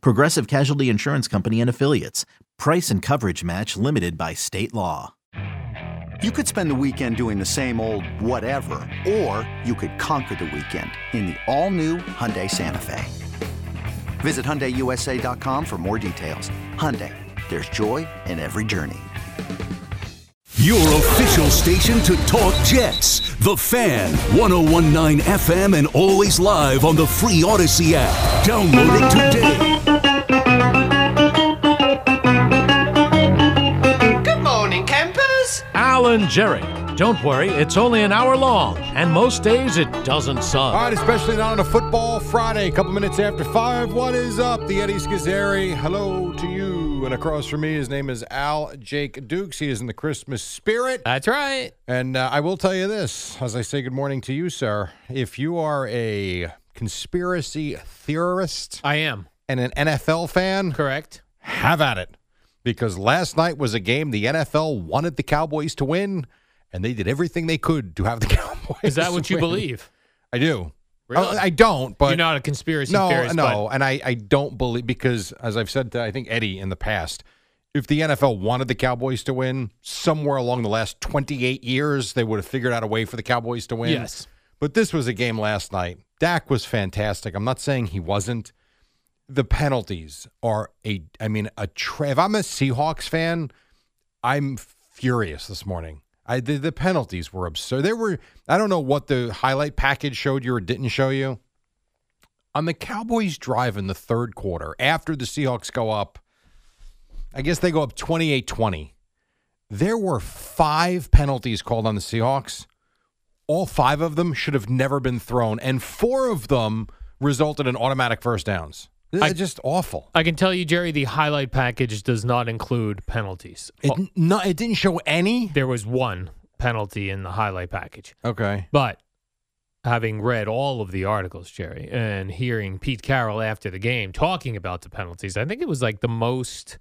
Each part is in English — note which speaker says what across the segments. Speaker 1: Progressive Casualty Insurance Company and Affiliates. Price and coverage match limited by state law.
Speaker 2: You could spend the weekend doing the same old whatever, or you could conquer the weekend in the all-new Hyundai Santa Fe. Visit HyundaiUSA.com for more details. Hyundai, there's joy in every journey.
Speaker 3: Your official station to talk Jets. The Fan, 1019 FM, and always live on the free Odyssey app. Download it today.
Speaker 4: Good morning, campers.
Speaker 5: Alan Jerry. Don't worry, it's only an hour long, and most days it doesn't
Speaker 6: All
Speaker 5: suck.
Speaker 6: right, especially now on a football Friday, a couple minutes after five. What is up? The Eddie Schizzeri. Hello to you. And across from me, his name is Al Jake Dukes. He is in the Christmas spirit.
Speaker 7: That's right.
Speaker 6: And uh, I will tell you this as I say good morning to you, sir. If you are a conspiracy theorist
Speaker 7: I am.
Speaker 6: and an NFL fan,
Speaker 7: Correct.
Speaker 6: have at it. Because last night was a game the NFL wanted the Cowboys to win, and they did everything they could to have the Cowboys.
Speaker 7: Is that what you
Speaker 6: win.
Speaker 7: believe?
Speaker 6: I do.
Speaker 7: Really?
Speaker 6: I, I don't, but
Speaker 7: You're not a conspiracy
Speaker 6: no,
Speaker 7: theorist.
Speaker 6: No, and I, I don't believe because as I've said to I think Eddie in the past, if the NFL wanted the Cowboys to win somewhere along the last 28 years, they would have figured out a way for the Cowboys to
Speaker 7: but-
Speaker 6: win.
Speaker 7: yes.
Speaker 6: But this was a game last night. Dak was fantastic. I'm not saying he wasn't. The penalties are a I mean a tra- if I'm a Seahawks fan, I'm furious this morning. I the, the penalties were absurd. There were I don't know what the highlight package showed you or didn't show you. On the Cowboys drive in the third quarter after the Seahawks go up, I guess they go up 28-20. There were 5 penalties called on the Seahawks all five of them should have never been thrown, and four of them resulted in automatic first downs. This
Speaker 7: I- Uh,
Speaker 6: is just awful.
Speaker 7: I can tell you, Jerry, the highlight package does not include penalties.
Speaker 6: It,
Speaker 7: Oh,
Speaker 6: n- no, it didn't show any.
Speaker 7: There was one penalty in the highlight package.
Speaker 6: Okay.
Speaker 7: But having read all of the articles, Jerry, and hearing Pete Carroll after the game talking about the penalties, I think it was like the most,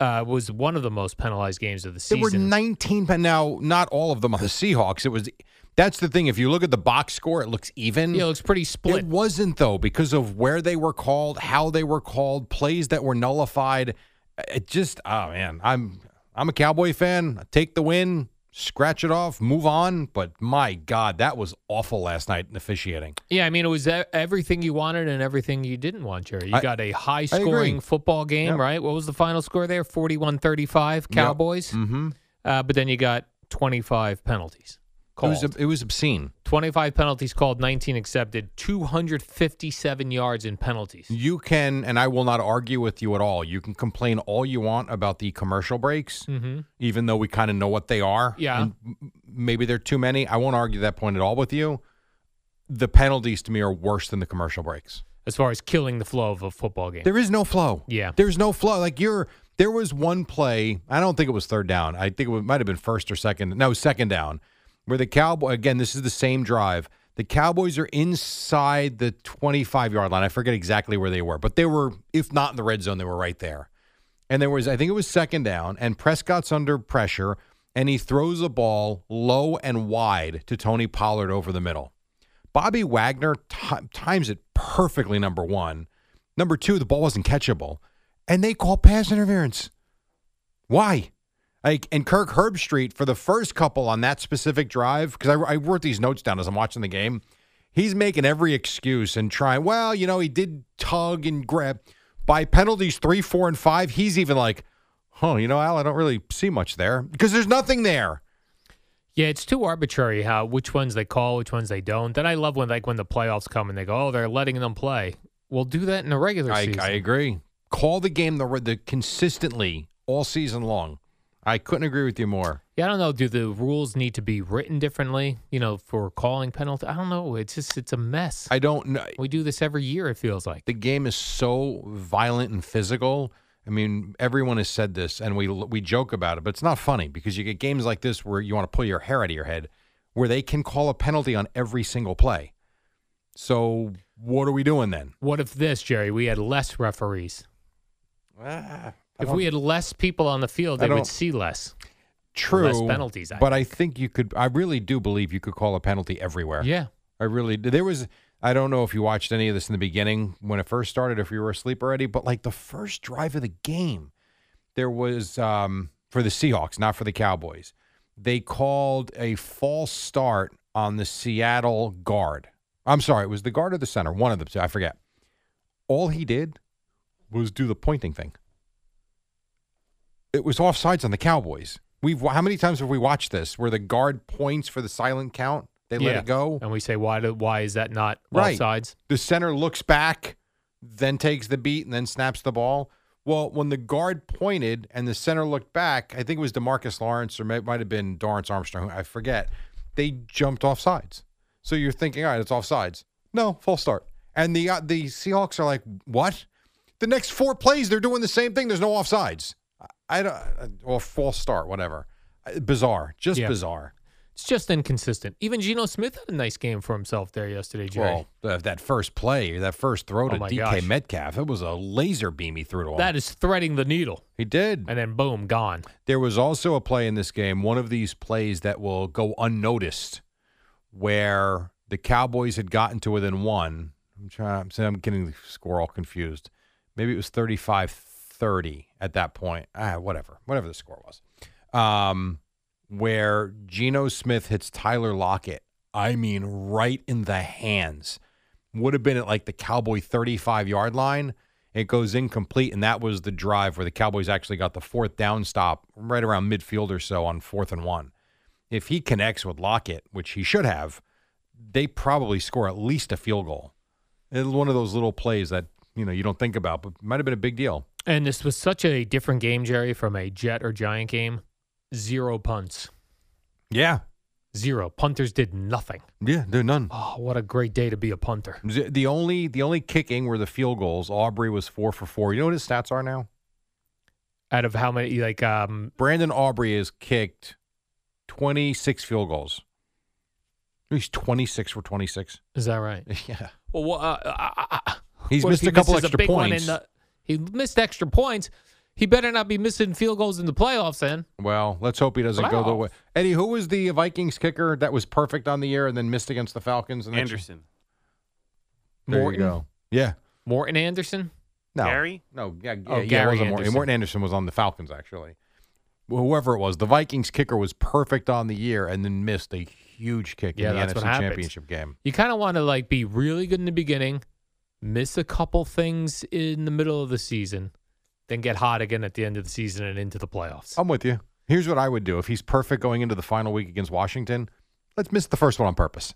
Speaker 7: uh, was one of the most penalized games of the
Speaker 6: There
Speaker 7: season.
Speaker 6: were 19 pen. Now, not all of them on the Seahawks. It was. That's the thing. If you look at the box score, it looks even.
Speaker 7: Yeah, it looks pretty split.
Speaker 6: It wasn't though because of where they were called, how they were called, plays that were nullified. It just oh man, I'm I'm a Cowboy fan. Take the win, scratch it off, move on. But my God, that was awful last night in officiating.
Speaker 7: Yeah, I mean, it was e- everything you wanted and everything you didn't want, Jerry. You
Speaker 6: I-
Speaker 7: got a high scoring football game,
Speaker 6: Yep.
Speaker 7: right? What was the final score there? 41 35 Cowboys.
Speaker 6: Mm-hmm.
Speaker 7: Uh, but then you got 25 penalties
Speaker 6: It
Speaker 7: called.
Speaker 6: was it was obscene.
Speaker 7: 25 penalties called, 19 accepted, 257 yards in penalties.
Speaker 6: You can, and I will not argue with you at all. You can complain all you want about the commercial breaks,
Speaker 7: Mhm.
Speaker 6: even though we kind of know what they are.
Speaker 7: Yeah.
Speaker 6: and m- maybe they're too many. I won't argue that point at all with you. The penalties to me are worse than the commercial breaks.
Speaker 7: As far as killing the flow of a football game.
Speaker 6: There is no flow.
Speaker 7: Yeah.
Speaker 6: There's no flow. Like you're there was one play, I don't think it was third down. I think it wa- might have been first or second. No, second down. Where the Cowboy again, this is the same drive. The Cowboys are inside the 25 yard line. I forget exactly where they were, but they were, if not in the red zone, they were right there. And there was, I think it was second down, and Prescott's under pressure, and he throws a ball low and wide to Tony Pollard over the middle. Bobby Wagner ti- times it perfectly, number one. Number two, the ball wasn't catchable. And they call pass interference. Why? Like, and Kirk Herbstreit for the first couple on that specific drive, because I, I wrote these notes down as I'm watching the game. He's making every excuse and trying, well, you know, he did tug and grab. By penalties three, four, and five, he's even like, oh, you know, Al, I don't really see much there because there's nothing there.
Speaker 7: Yeah, it's too arbitrary how which ones they call, which ones they don't. Then I love when like when the playoffs come and they go, oh, they're letting them play. We'll do that in the regular
Speaker 6: I,
Speaker 7: season.
Speaker 6: I agree. Call the game the, the consistently all season long. I couldn't agree with you more.
Speaker 7: Yeah, I don't know. Do the rules need to be written differently? You know, for calling penalty. I don't know. It's just it's a mess.
Speaker 6: I don't know.
Speaker 7: we do this every year. It feels like.
Speaker 6: The game is so violent and physical, I mean, everyone has said this, and we we joke about it, but it's not funny because you get games like this where you want to pull your hair out of your head, where they can call a penalty on every single play. So what are we doing then?
Speaker 7: What if this, Jerry? We had less referees. if we had less people on the field,
Speaker 6: I
Speaker 7: they
Speaker 6: don't-
Speaker 7: would see less.
Speaker 6: True
Speaker 7: penalties, I
Speaker 6: but I think you could. I really do believe you could call a penalty everywhere.
Speaker 7: Yeah.
Speaker 6: I really did. There was, I don't know if you watched any of this in the beginning when it first started, if you were asleep already, but like the first drive of the game, there was um, for the Seahawks, not for the Cowboys. They called a false start on the Seattle guard. I'm sorry, it was the guard or the center, one of the two, I forget. All he did was do the pointing thing. It was offsides on the Cowboys. We've how many times have we watched this where the guard points for the silent count? They let
Speaker 7: Yeah.
Speaker 6: it go.
Speaker 7: And we say, why do, Why is that not
Speaker 6: Right.
Speaker 7: offsides?
Speaker 6: The center looks back, then takes the beat, and then snaps the ball. Well, when the guard pointed and the center looked back, I think it was Demarcus Lawrence or may- might have been Dorrance Armstrong, I forget. They jumped off sides. So you're thinking, all right, it's off sides. No, false start. And the uh, the Seahawks are like, what? The next four plays, they're doing the same thing. There's no offsides. I- I don't, or false start, whatever. Uh, Bizarre, just
Speaker 7: Yeah.
Speaker 6: bizarre.
Speaker 7: It's just inconsistent. Even Geno Smith had a nice game for himself there yesterday, Jerry.
Speaker 6: Well, th- that first play, that first throw to
Speaker 7: Oh my
Speaker 6: DK
Speaker 7: gosh.
Speaker 6: Metcalf, it was a laser beam he threw to him.
Speaker 7: that is threading the needle.
Speaker 6: he did.
Speaker 7: And then boom, gone.
Speaker 6: There was also a play in this game, one of these plays that will go unnoticed, where the Cowboys had gotten to within one. I'm trying. so I'm getting the score all confused. Maybe it was 35-30 at that point. Ah, whatever, whatever the score was. Um, where Geno Smith hits Tyler Lockett. I mean, right in the hands. Would have been at like the Cowboy 35 yard line. It goes incomplete, and that was the drive where the Cowboys actually got the fourth down stop right around midfield or so on fourth and one. If he connects with Lockett, which he should have, they probably score at least a field goal. It's one of those little plays that you know you don't think about, but might have been a big deal.
Speaker 7: And this was such a different game, Jerry, from a Jet or Giant game. Zero punts.
Speaker 6: Yeah,
Speaker 7: Zero. Punters did nothing.
Speaker 6: yeah, there none.
Speaker 7: Oh, what a great day to be a punter.
Speaker 6: Z- The only the only kicking were the field goals. Aubrey was four for four. You know what his stats are now?
Speaker 7: Out of how many, like, um,
Speaker 6: Brandon Aubrey has kicked twenty six field goals. He's twenty six for twenty six.
Speaker 7: is that right?
Speaker 6: Yeah,
Speaker 7: Well, wha- uh, uh, uh, uh,
Speaker 6: he's
Speaker 7: what if
Speaker 6: missed
Speaker 7: he
Speaker 6: a couple
Speaker 7: misses
Speaker 6: extra
Speaker 7: big one in
Speaker 6: points.
Speaker 7: the- he missed extra points. He better not be missing field goals in the playoffs then.
Speaker 6: Well, let's hope he doesn't go the
Speaker 8: Wow.
Speaker 6: way. Eddie, who was the Vikings kicker that was perfect on the year and then missed against the Falcons? And then-
Speaker 8: Anderson.
Speaker 6: There
Speaker 7: Morton?
Speaker 6: you go. Yeah.
Speaker 7: Morton Anderson?
Speaker 6: No.
Speaker 8: Gary?
Speaker 6: No. Yeah. yeah,
Speaker 7: Oh,
Speaker 6: yeah, it
Speaker 7: Gary
Speaker 6: wasn't Morton.
Speaker 7: Anderson.
Speaker 6: Morton Anderson was on the Falcons actually. Well, Whoever it was, the Vikings kicker was perfect on the year and then missed a huge kick
Speaker 7: Yeah,
Speaker 6: in the
Speaker 7: that's
Speaker 6: NFC
Speaker 7: what happens.
Speaker 6: Championship game.
Speaker 7: You kind of want to like be really good in the beginning, miss a couple things in the middle of the season, then get hot again at the end of the season and into the playoffs.
Speaker 6: I'm with you. Here's what I would do if he's perfect going into the final week against Washington. Let's miss the first one on purpose.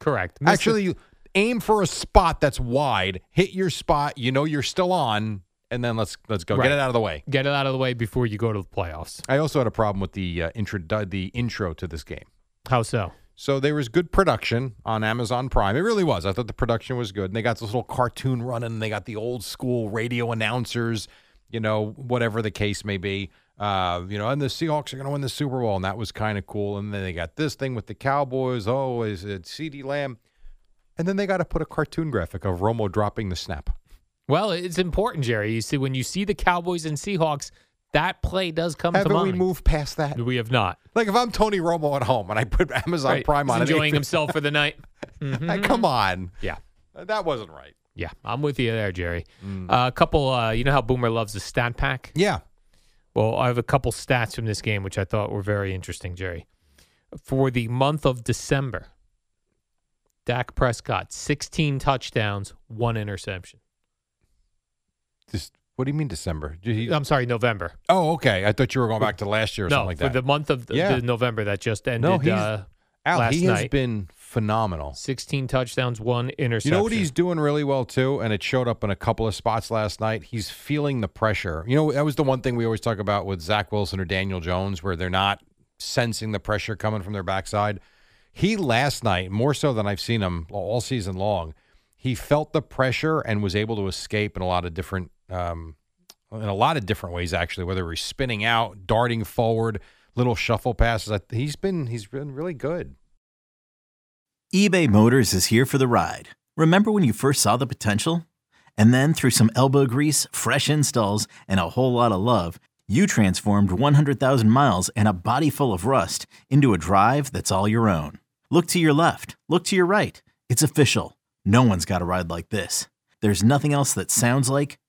Speaker 7: Correct. Miss the-
Speaker 6: Actually, you aim for a spot that's wide. Hit your spot. You know you're still on, and then let's let's go
Speaker 7: Right.
Speaker 6: get it out of the way.
Speaker 7: get it out of the way before you go to the playoffs.
Speaker 6: I also had a problem with the uh, intro the intro to this game.
Speaker 7: How so?
Speaker 6: So there was good production on Amazon Prime. It really was. I thought the production was good. And they got this little cartoon running. And they got the old school radio announcers, you know, whatever the case may be. Uh, you know, and the Seahawks are going to win the Super Bowl, and that was kind of cool. And then they got this thing with the Cowboys. Oh, is it C.D. Lamb? And then they got to put a cartoon graphic of Romo dropping the snap.
Speaker 7: Well, it's important, Jerry. You see, when you see the Cowboys and Seahawks, that play does come to
Speaker 6: Haven't
Speaker 7: mind.
Speaker 6: we moved past that?
Speaker 7: We have not.
Speaker 6: Like if I'm Tony Romo at home and I put Amazon
Speaker 7: Right.
Speaker 6: Prime
Speaker 7: He's
Speaker 6: on, Mm-hmm. and
Speaker 7: enjoying himself Mm-hmm. for the night.
Speaker 6: come on.
Speaker 7: Yeah.
Speaker 6: That wasn't right.
Speaker 7: Yeah, I'm with you there, Jerry.
Speaker 6: Mm.
Speaker 7: Uh, a couple, uh, you know how Boomer loves the stat pack?
Speaker 6: Yeah.
Speaker 7: Well, I have a couple stats from this game which I thought were very interesting, Jerry. For the month of December, Dak Prescott, 16 touchdowns, one interception.
Speaker 6: Just what do you mean December? Did he-
Speaker 7: I'm sorry, November.
Speaker 6: oh, okay. I thought you were going back to last year or
Speaker 7: Um, no,
Speaker 6: something like
Speaker 7: for
Speaker 6: that.
Speaker 7: the month of th-
Speaker 6: Yeah.
Speaker 7: the November that just ended.
Speaker 6: he's-
Speaker 7: uh,
Speaker 6: Al,
Speaker 7: last
Speaker 6: he has
Speaker 7: night.
Speaker 6: been phenomenal.
Speaker 7: 16 touchdowns, one
Speaker 6: You
Speaker 7: interception.
Speaker 6: know what he's doing really well too, and it showed up in a couple of spots last night. He's feeling the pressure. You know that was the one thing we always talk about with Zach Wilson or Daniel Jones, where they're not sensing the pressure coming from their backside. He last night, more so than I've seen him all season long, he felt the pressure and was able to escape in a lot of different um, in a lot of different ways, actually, whether he's spinning out, darting forward, little shuffle passes. I, he's been he's been really good.
Speaker 1: eBay Motors is here for the ride. Remember when you first saw the potential? And then through some elbow grease, fresh installs, and a whole lot of love, you transformed 100,000 miles and a body full of rust into a drive that's all your own. Look to your left, look to your right. It's official. No one's got a ride like this. There's nothing else that sounds like,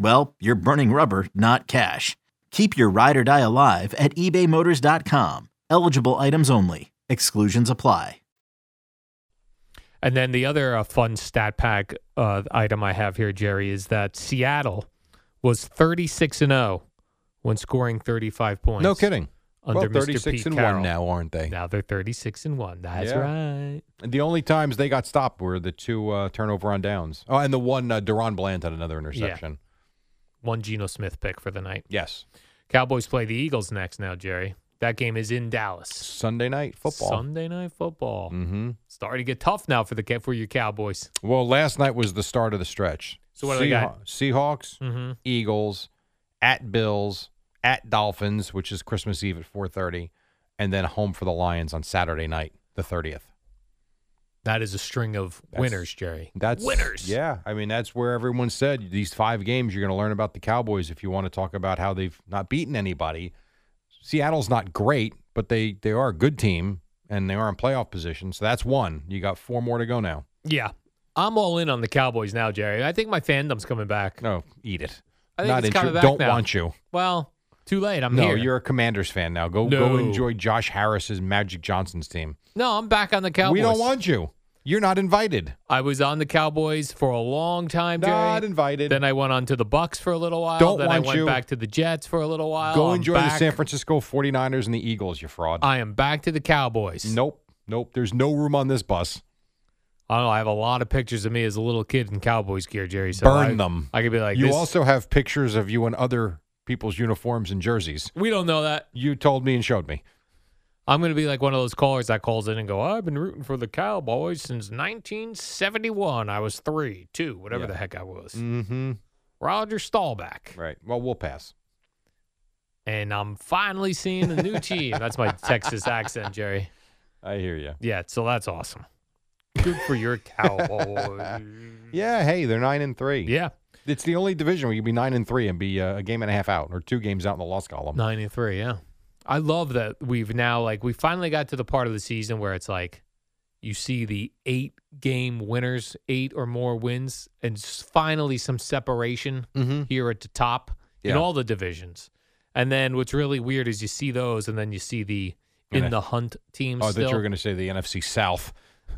Speaker 1: well, you're burning rubber, not cash. Keep your ride or die alive at ebaymotors.com. Eligible items only. Exclusions apply.
Speaker 7: And then the other uh, fun stat pack uh, item I have here, Jerry, is that Seattle was 36 and 0 when scoring 35 points.
Speaker 6: No kidding.
Speaker 7: Under
Speaker 6: well,
Speaker 7: Mr.
Speaker 6: thirty-six
Speaker 7: Pete
Speaker 6: and
Speaker 7: Carroll.
Speaker 6: one now, aren't they?
Speaker 7: Now they're 36 and 1. That's
Speaker 6: Yeah.
Speaker 7: right.
Speaker 6: And the only times they got stopped were the two uh, turnover on downs. Oh, and the one uh, Deron Bland had another interception.
Speaker 7: One Geno Smith pick for the night.
Speaker 6: Yes,
Speaker 7: Cowboys play the Eagles next now, Jerry. That game is in Dallas.
Speaker 6: Sunday night football.
Speaker 7: Sunday night football.
Speaker 6: mm-hmm.
Speaker 7: Starting to get tough now for the ca- for your Cowboys.
Speaker 6: Well, last night was the start of the stretch.
Speaker 7: So what do they got?
Speaker 6: Seahaw- Seahawks,
Speaker 7: Mm-hmm.
Speaker 6: Eagles, at Bills, at Dolphins, which is Christmas Eve at four thirty, and then home for the Lions on Saturday night, the thirtieth.
Speaker 7: That is a string of
Speaker 6: That's-
Speaker 7: winners, Jerry.
Speaker 6: That's
Speaker 7: winners.
Speaker 6: Yeah, I mean that's where everyone said these five games you're going to learn about the Cowboys if you want to talk about how they've not beaten anybody. Seattle's not great, but they they are a good team and they are in playoff position. So that's one. You got four more to go now.
Speaker 7: Yeah. I'm all in on the Cowboys now, Jerry. I think my fandom's coming back.
Speaker 6: No, eat it.
Speaker 7: I think
Speaker 6: not
Speaker 7: it's
Speaker 6: inter-
Speaker 7: coming back
Speaker 6: Don't
Speaker 7: now.
Speaker 6: want you.
Speaker 7: Well, too late. I'm
Speaker 6: no,
Speaker 7: here.
Speaker 6: you're a Commanders fan now. Go
Speaker 7: No.
Speaker 6: go enjoy Josh Harris's Magic Johnson's team.
Speaker 7: No, I'm back on the Cowboys.
Speaker 6: We don't want you. You're not invited.
Speaker 7: I was on the Cowboys for a long time, Jerry.
Speaker 6: Not invited.
Speaker 7: Then I went on to the Bucks for a little while.
Speaker 6: Don't
Speaker 7: then I
Speaker 6: want
Speaker 7: went
Speaker 6: you.
Speaker 7: back to the Jets for a little while.
Speaker 6: go
Speaker 7: I'm
Speaker 6: enjoy the
Speaker 7: back-
Speaker 6: San Francisco 49ers and the Eagles, you fraud.
Speaker 7: I am back to the Cowboys.
Speaker 6: nope. Nope. There's no room on this bus.
Speaker 7: I don't know. I have a lot of pictures of me as a little kid in Cowboys gear, Jerry. So
Speaker 6: Burn
Speaker 7: I-
Speaker 6: them.
Speaker 7: I could be like,
Speaker 6: you
Speaker 7: this-
Speaker 6: also have pictures of you in other people's uniforms and jerseys.
Speaker 7: We don't know that.
Speaker 6: You told me and showed me.
Speaker 7: I'm going to be like one of those callers that calls in and go, I've been rooting for the Cowboys since 1971. I was three, two, whatever
Speaker 6: Yeah.
Speaker 7: the heck I was.
Speaker 6: Mm-hmm.
Speaker 7: Roger Staubach.
Speaker 6: Right. Well, we'll pass.
Speaker 7: And I'm finally seeing a new team. That's my Texas accent, Jerry.
Speaker 6: I hear you.
Speaker 7: Yeah, so that's awesome. Good for your Cowboys.
Speaker 6: Yeah. Hey, they're nine and three.
Speaker 7: yeah,
Speaker 6: It's the only division where you can be nine and three and be uh, a game and a half out or two games out in the loss column.
Speaker 7: 93, yeah. I love that we've now, like, we finally got to the part of the season where it's like you see the eight game winners, eight or more wins, and s- finally some separation
Speaker 6: Mm-hmm.
Speaker 7: here at the top in
Speaker 6: Yeah.
Speaker 7: all the divisions. And then what's really weird is you see those, and then you see the in
Speaker 6: Yeah.
Speaker 7: the hunt team
Speaker 6: Oh, I thought
Speaker 7: still.
Speaker 6: you were going to say the NFC South.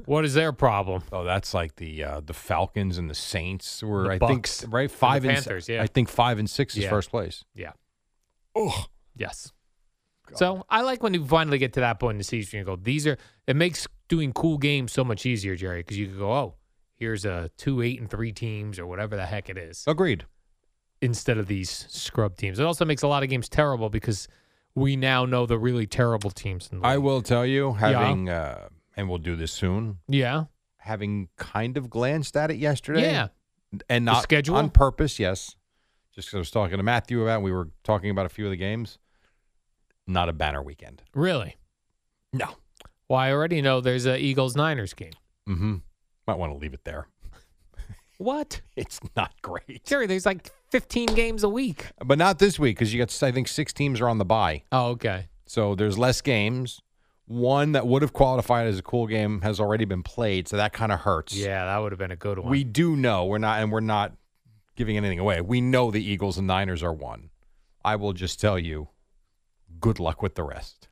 Speaker 7: what is their problem?
Speaker 6: Oh, that's like the uh, the Falcons and the Saints were
Speaker 7: The
Speaker 6: I
Speaker 7: Bucks
Speaker 6: think right five
Speaker 7: and the
Speaker 6: s-
Speaker 7: Panthers, yeah.
Speaker 6: I think five and six is
Speaker 7: Yeah.
Speaker 6: first place.
Speaker 7: Yeah. Oh. Yes. So I like when you finally get to that point in the season. You go, these are. It makes doing cool games so much easier, Jerry, because you could go, oh, here's a two, eight, and three teams or whatever the heck it is,
Speaker 6: Agreed.
Speaker 7: instead of these scrub teams. It also makes a lot of games terrible because we now know the really terrible teams. In the
Speaker 6: I
Speaker 7: league.
Speaker 6: will tell you, having uh, and we'll do this soon.
Speaker 7: Yeah.
Speaker 6: Having kind of glanced at it yesterday,
Speaker 7: Yeah.
Speaker 6: and
Speaker 7: The
Speaker 6: not
Speaker 7: schedule?
Speaker 6: on purpose. Yes, just 'cause I was talking to Matthew about. We were talking about a few of the games. Not a banner weekend.
Speaker 7: Really.
Speaker 6: No.
Speaker 7: Well, I already know there's a Eagles Niners game.
Speaker 6: Mm-hmm. Might want to leave it there.
Speaker 7: What?
Speaker 6: It's not great,
Speaker 7: Jerry, there's like 15 games a week.
Speaker 6: but not this week because you got. I think six teams are on the bye,
Speaker 7: Oh, okay.
Speaker 6: so there's less games. One that would have qualified as a cool game has already been played, so that kind of hurts.
Speaker 7: Yeah, that would have been a good one.
Speaker 6: We do know we're not, and we're not giving anything away. We know the Eagles and Niners are one. I will just tell you, good luck with the rest.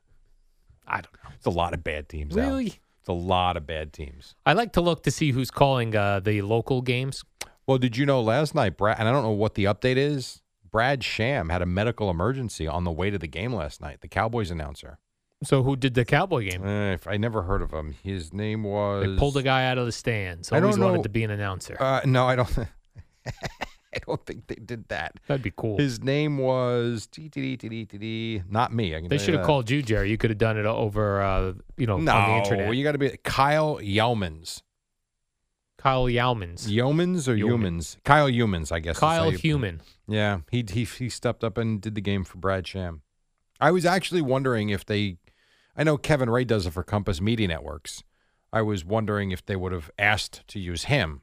Speaker 7: I don't know.
Speaker 6: It's a lot of bad teams. Al.
Speaker 7: Really?
Speaker 6: It's a lot of bad teams.
Speaker 7: I like to look to see who's calling uh, the local games.
Speaker 6: Well, did you know last night, Brad? And I don't know what the update is. Brad Sham had a medical emergency on the way to the game last night. The Cowboys announcer.
Speaker 7: So who did the Cowboy game?
Speaker 6: Eh, if I never heard of him. His name was.
Speaker 7: They pulled a guy out of the stands.
Speaker 6: I don't
Speaker 7: Always
Speaker 6: know-
Speaker 7: wanted to be an announcer.
Speaker 6: Uh, no, I don't. I don't think they did that.
Speaker 7: That'd be cool.
Speaker 6: His name was TTD, not me. I can
Speaker 7: They
Speaker 6: tell you
Speaker 7: should have
Speaker 6: that.
Speaker 7: called you, Jerry. You could have done it over, uh, you know, on the internet.
Speaker 6: you got to be Kyle Yeomans.
Speaker 7: Kyle Yaumans.
Speaker 6: Yeomans or humans? Kyle Humans, I guess. is how
Speaker 7: Kyle
Speaker 6: you-
Speaker 7: Human.
Speaker 6: Yeah, he, he he stepped up and did the game for Brad Sham. I was actually wondering if they. I know Kevin Ray does it for Compass Media Networks. I was wondering if they would have asked to use him,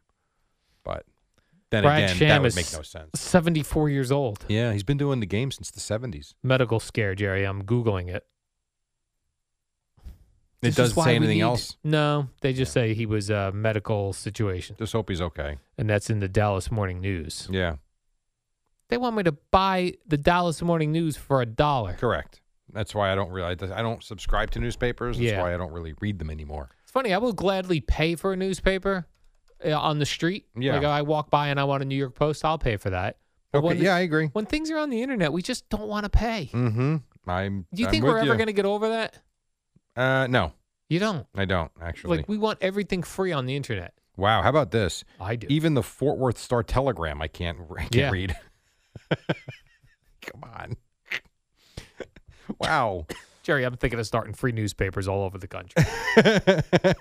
Speaker 6: but then
Speaker 7: Brad
Speaker 6: again,
Speaker 7: Sham
Speaker 6: that would
Speaker 7: is
Speaker 6: make no sense.
Speaker 7: 74 years old.
Speaker 6: Yeah, he's been doing the game since the seventies.
Speaker 7: Medical scare, Jerry. I'm Googling it.
Speaker 6: It
Speaker 7: This is
Speaker 6: doesn't
Speaker 7: why
Speaker 6: say
Speaker 7: we
Speaker 6: anything
Speaker 7: need-
Speaker 6: else.
Speaker 7: No, they just say he was a medical situation,
Speaker 6: Just hope he's okay.
Speaker 7: and that's in the Dallas Morning News.
Speaker 6: Yeah,
Speaker 7: They want me to buy the Dallas Morning News for a dollar.
Speaker 6: correct. That's why I don't really. I don't subscribe to newspapers. That's
Speaker 7: Yeah.
Speaker 6: why I don't really read them anymore.
Speaker 7: It's funny. I will gladly pay for a newspaper uh, on the street.
Speaker 6: Yeah.
Speaker 7: Like I walk by and I want a New York Post, I'll pay for that.
Speaker 6: Okay,
Speaker 7: when
Speaker 6: yeah, I agree.
Speaker 7: When things are on the internet, we just don't want to pay.
Speaker 6: Mm-hmm. I'm.
Speaker 7: Do you
Speaker 6: I'm
Speaker 7: think
Speaker 6: with
Speaker 7: we're ever
Speaker 6: you.
Speaker 7: going to get over that?
Speaker 6: Uh, no,
Speaker 7: You don't.
Speaker 6: I don't actually.
Speaker 7: Like we want everything free on the internet.
Speaker 6: wow, how about this?
Speaker 7: I do.
Speaker 6: Even the Fort Worth Star Telegram, I can't. I can't
Speaker 7: Yeah.
Speaker 6: read. Come on. wow.
Speaker 7: Jerry, I'm thinking of starting free newspapers all over the country.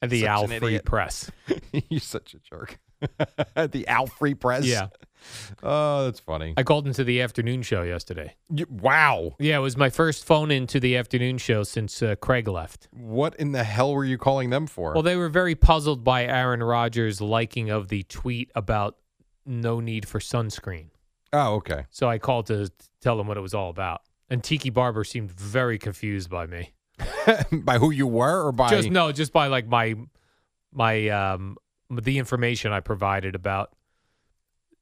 Speaker 7: And the
Speaker 6: Such
Speaker 7: Al
Speaker 6: an
Speaker 7: Free
Speaker 6: idiot.
Speaker 7: Press.
Speaker 6: You're such a jerk. the Al Free Press.
Speaker 7: Yeah.
Speaker 6: Oh, that's funny.
Speaker 7: I called into the afternoon show yesterday.
Speaker 6: You- wow.
Speaker 7: Yeah, it was my first phone into the afternoon show since uh, Craig left.
Speaker 6: What in the hell were you calling them for?
Speaker 7: Well, they were very puzzled by Aaron Rodgers' liking of the tweet about no need for sunscreen.
Speaker 6: oh, okay.
Speaker 7: So I called to tell them what it was all about. And Tiki Barber seemed very confused by me.
Speaker 6: by who you were or by
Speaker 7: Just no, just by like my my um the information I provided about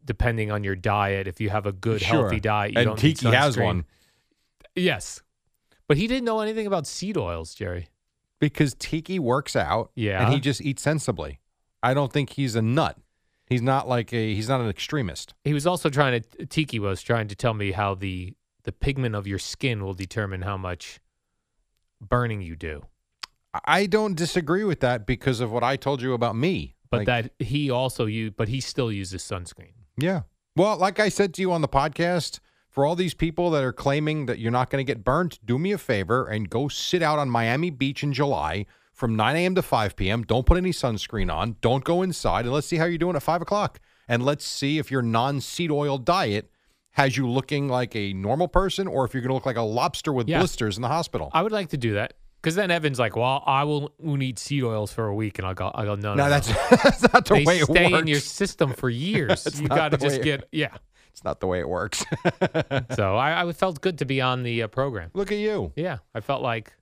Speaker 7: depending on your diet, if you have a good
Speaker 6: Sure.
Speaker 7: healthy diet, you
Speaker 6: and
Speaker 7: don't need
Speaker 6: Tiki has
Speaker 7: sunscreen.
Speaker 6: one
Speaker 7: Yes. But he didn't know anything about seed oils, Jerry.
Speaker 6: because Tiki works out.
Speaker 7: Yeah.
Speaker 6: and he just eats sensibly. I don't think he's a nut. He's not like a he's not an extremist.
Speaker 7: He was also trying to Tiki was trying to tell me how the the pigment of your skin will determine how much burning you do.
Speaker 6: I- I don't disagree with that because of what I told you about me.
Speaker 7: But
Speaker 6: Like,
Speaker 7: that he also you but he still uses sunscreen.
Speaker 6: yeah. Well, like I said to you on the podcast, for all these people that are claiming that you're not going to get burnt, do me a favor and go sit out on Miami Beach in July from 9 a.m. to 5 p.m. Don't put any sunscreen on. Don't go inside, and let's see how you're doing at five o'clock. And let's see if your non-seed oil diet has you looking like a normal person, or if you're going to look like a lobster with
Speaker 7: Yeah.
Speaker 6: blisters in the hospital.
Speaker 7: I would like to do that. Because then Evan's like, well, I will we'll need seed oils for a week. And I'll go, I'll go no, no,
Speaker 6: No, that's, that's not the
Speaker 7: they
Speaker 6: way it
Speaker 7: stay
Speaker 6: works.
Speaker 7: in your system for years. you
Speaker 6: not
Speaker 7: got to
Speaker 6: the way
Speaker 7: just
Speaker 6: it-
Speaker 7: get, yeah.
Speaker 6: It's not the way it works.
Speaker 7: So I, I felt good to be on the uh, program.
Speaker 6: Look at you.
Speaker 7: Yeah. I felt like,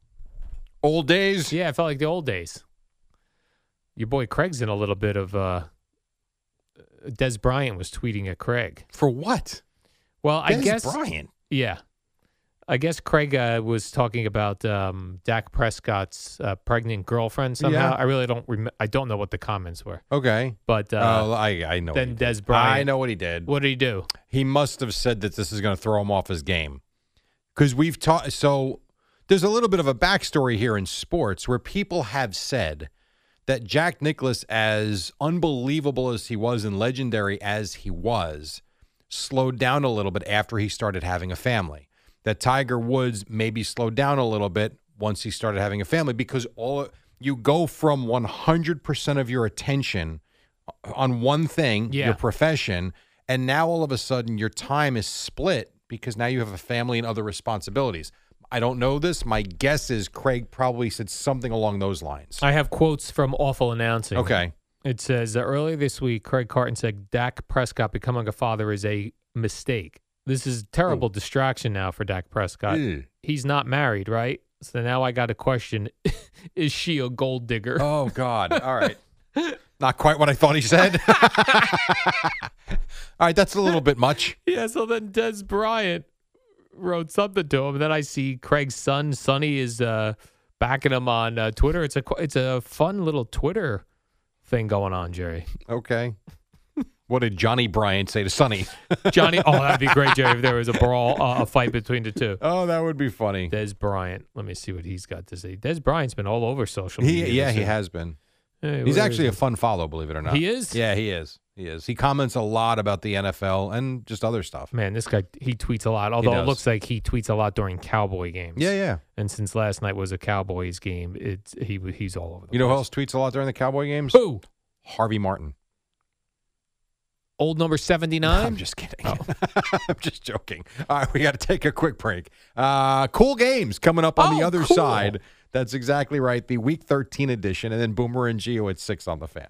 Speaker 6: Old days.
Speaker 7: yeah, I felt like the old days. Your boy Craig's in a little bit of, uh, Des Bryant was tweeting at Craig.
Speaker 6: For what?
Speaker 7: Well, I
Speaker 6: Des
Speaker 7: guess,
Speaker 6: Bryant.
Speaker 7: yeah. I guess Craig uh, was talking about um, Dak Prescott's uh, pregnant girlfriend somehow.
Speaker 6: Yeah.
Speaker 7: I really don't rem- I don't know what the comments were,
Speaker 6: Okay.
Speaker 7: but uh,
Speaker 6: oh, I, I know. what
Speaker 7: then
Speaker 6: he did.
Speaker 7: Des Bryant.
Speaker 6: I know what he did.
Speaker 7: What did he do?
Speaker 6: He must have said that this is going to throw him off his game. Because we've taught. So there's a little bit of a backstory here in sports where people have said that Jack Nicholas, as unbelievable as he was and legendary as he was, slowed down a little bit after he started having a family. That Tiger Woods maybe slowed down a little bit once he started having a family because all you go from 100% of your attention on one thing,
Speaker 7: Yeah.
Speaker 6: your profession, and now all of a sudden your time is split because now you have a family and other responsibilities. I don't know this. My guess is Craig probably said something along those lines.
Speaker 7: I have quotes from awful announcing.
Speaker 6: Okay.
Speaker 7: It says uh, earlier this week, Craig Carton said Dak Prescott becoming a father is a mistake. This is terrible distraction now for Dak Prescott.
Speaker 6: Ew.
Speaker 7: He's not married, right? So now I got a question: Is she a gold digger?
Speaker 6: Oh God! All right, not quite what I thought he said. All right, that's a little bit much.
Speaker 7: Yeah. So then Des Bryant wrote something to him. Then I see Craig's son Sonny is uh, backing him on uh, Twitter. It's a qu- it's a fun little Twitter thing going on, Jerry.
Speaker 6: Okay, What did Johnny Bryant say to Sonny?
Speaker 7: Johnny. Oh, that'd be great, Jerry. If there was a brawl, uh, a fight between the two.
Speaker 6: oh, that would be funny.
Speaker 7: Des Bryant. Let me see what he's got to say. Des Bryant's been all over social media.
Speaker 6: He, yeah,
Speaker 7: this
Speaker 6: he
Speaker 7: year.
Speaker 6: has been.
Speaker 7: Hey,
Speaker 6: He's
Speaker 7: where
Speaker 6: actually
Speaker 7: is
Speaker 6: a fun follow, believe it or not.
Speaker 7: He is?
Speaker 6: Yeah, he is. He is. He comments a lot about the NFL and just other stuff.
Speaker 7: it? man. This guy he tweets a lot. Although it
Speaker 6: does.
Speaker 7: looks like he tweets a lot during Cowboy games.
Speaker 6: Yeah, yeah.
Speaker 7: And since last night was a Cowboys game, it's he he's all over. The
Speaker 6: You know who
Speaker 7: place.
Speaker 6: else tweets a lot during the Cowboy games?
Speaker 7: Who?
Speaker 6: Harvey Martin.
Speaker 7: Old number seventy nine.
Speaker 6: I'm just kidding.
Speaker 7: Oh.
Speaker 6: I'm just joking. All right, we got to take a quick break. Uh, cool games coming up on the
Speaker 7: Oh,
Speaker 6: other
Speaker 7: cool.
Speaker 6: side. That's exactly right. The Week 13 edition, and then Boomer and Geo at six on the fan.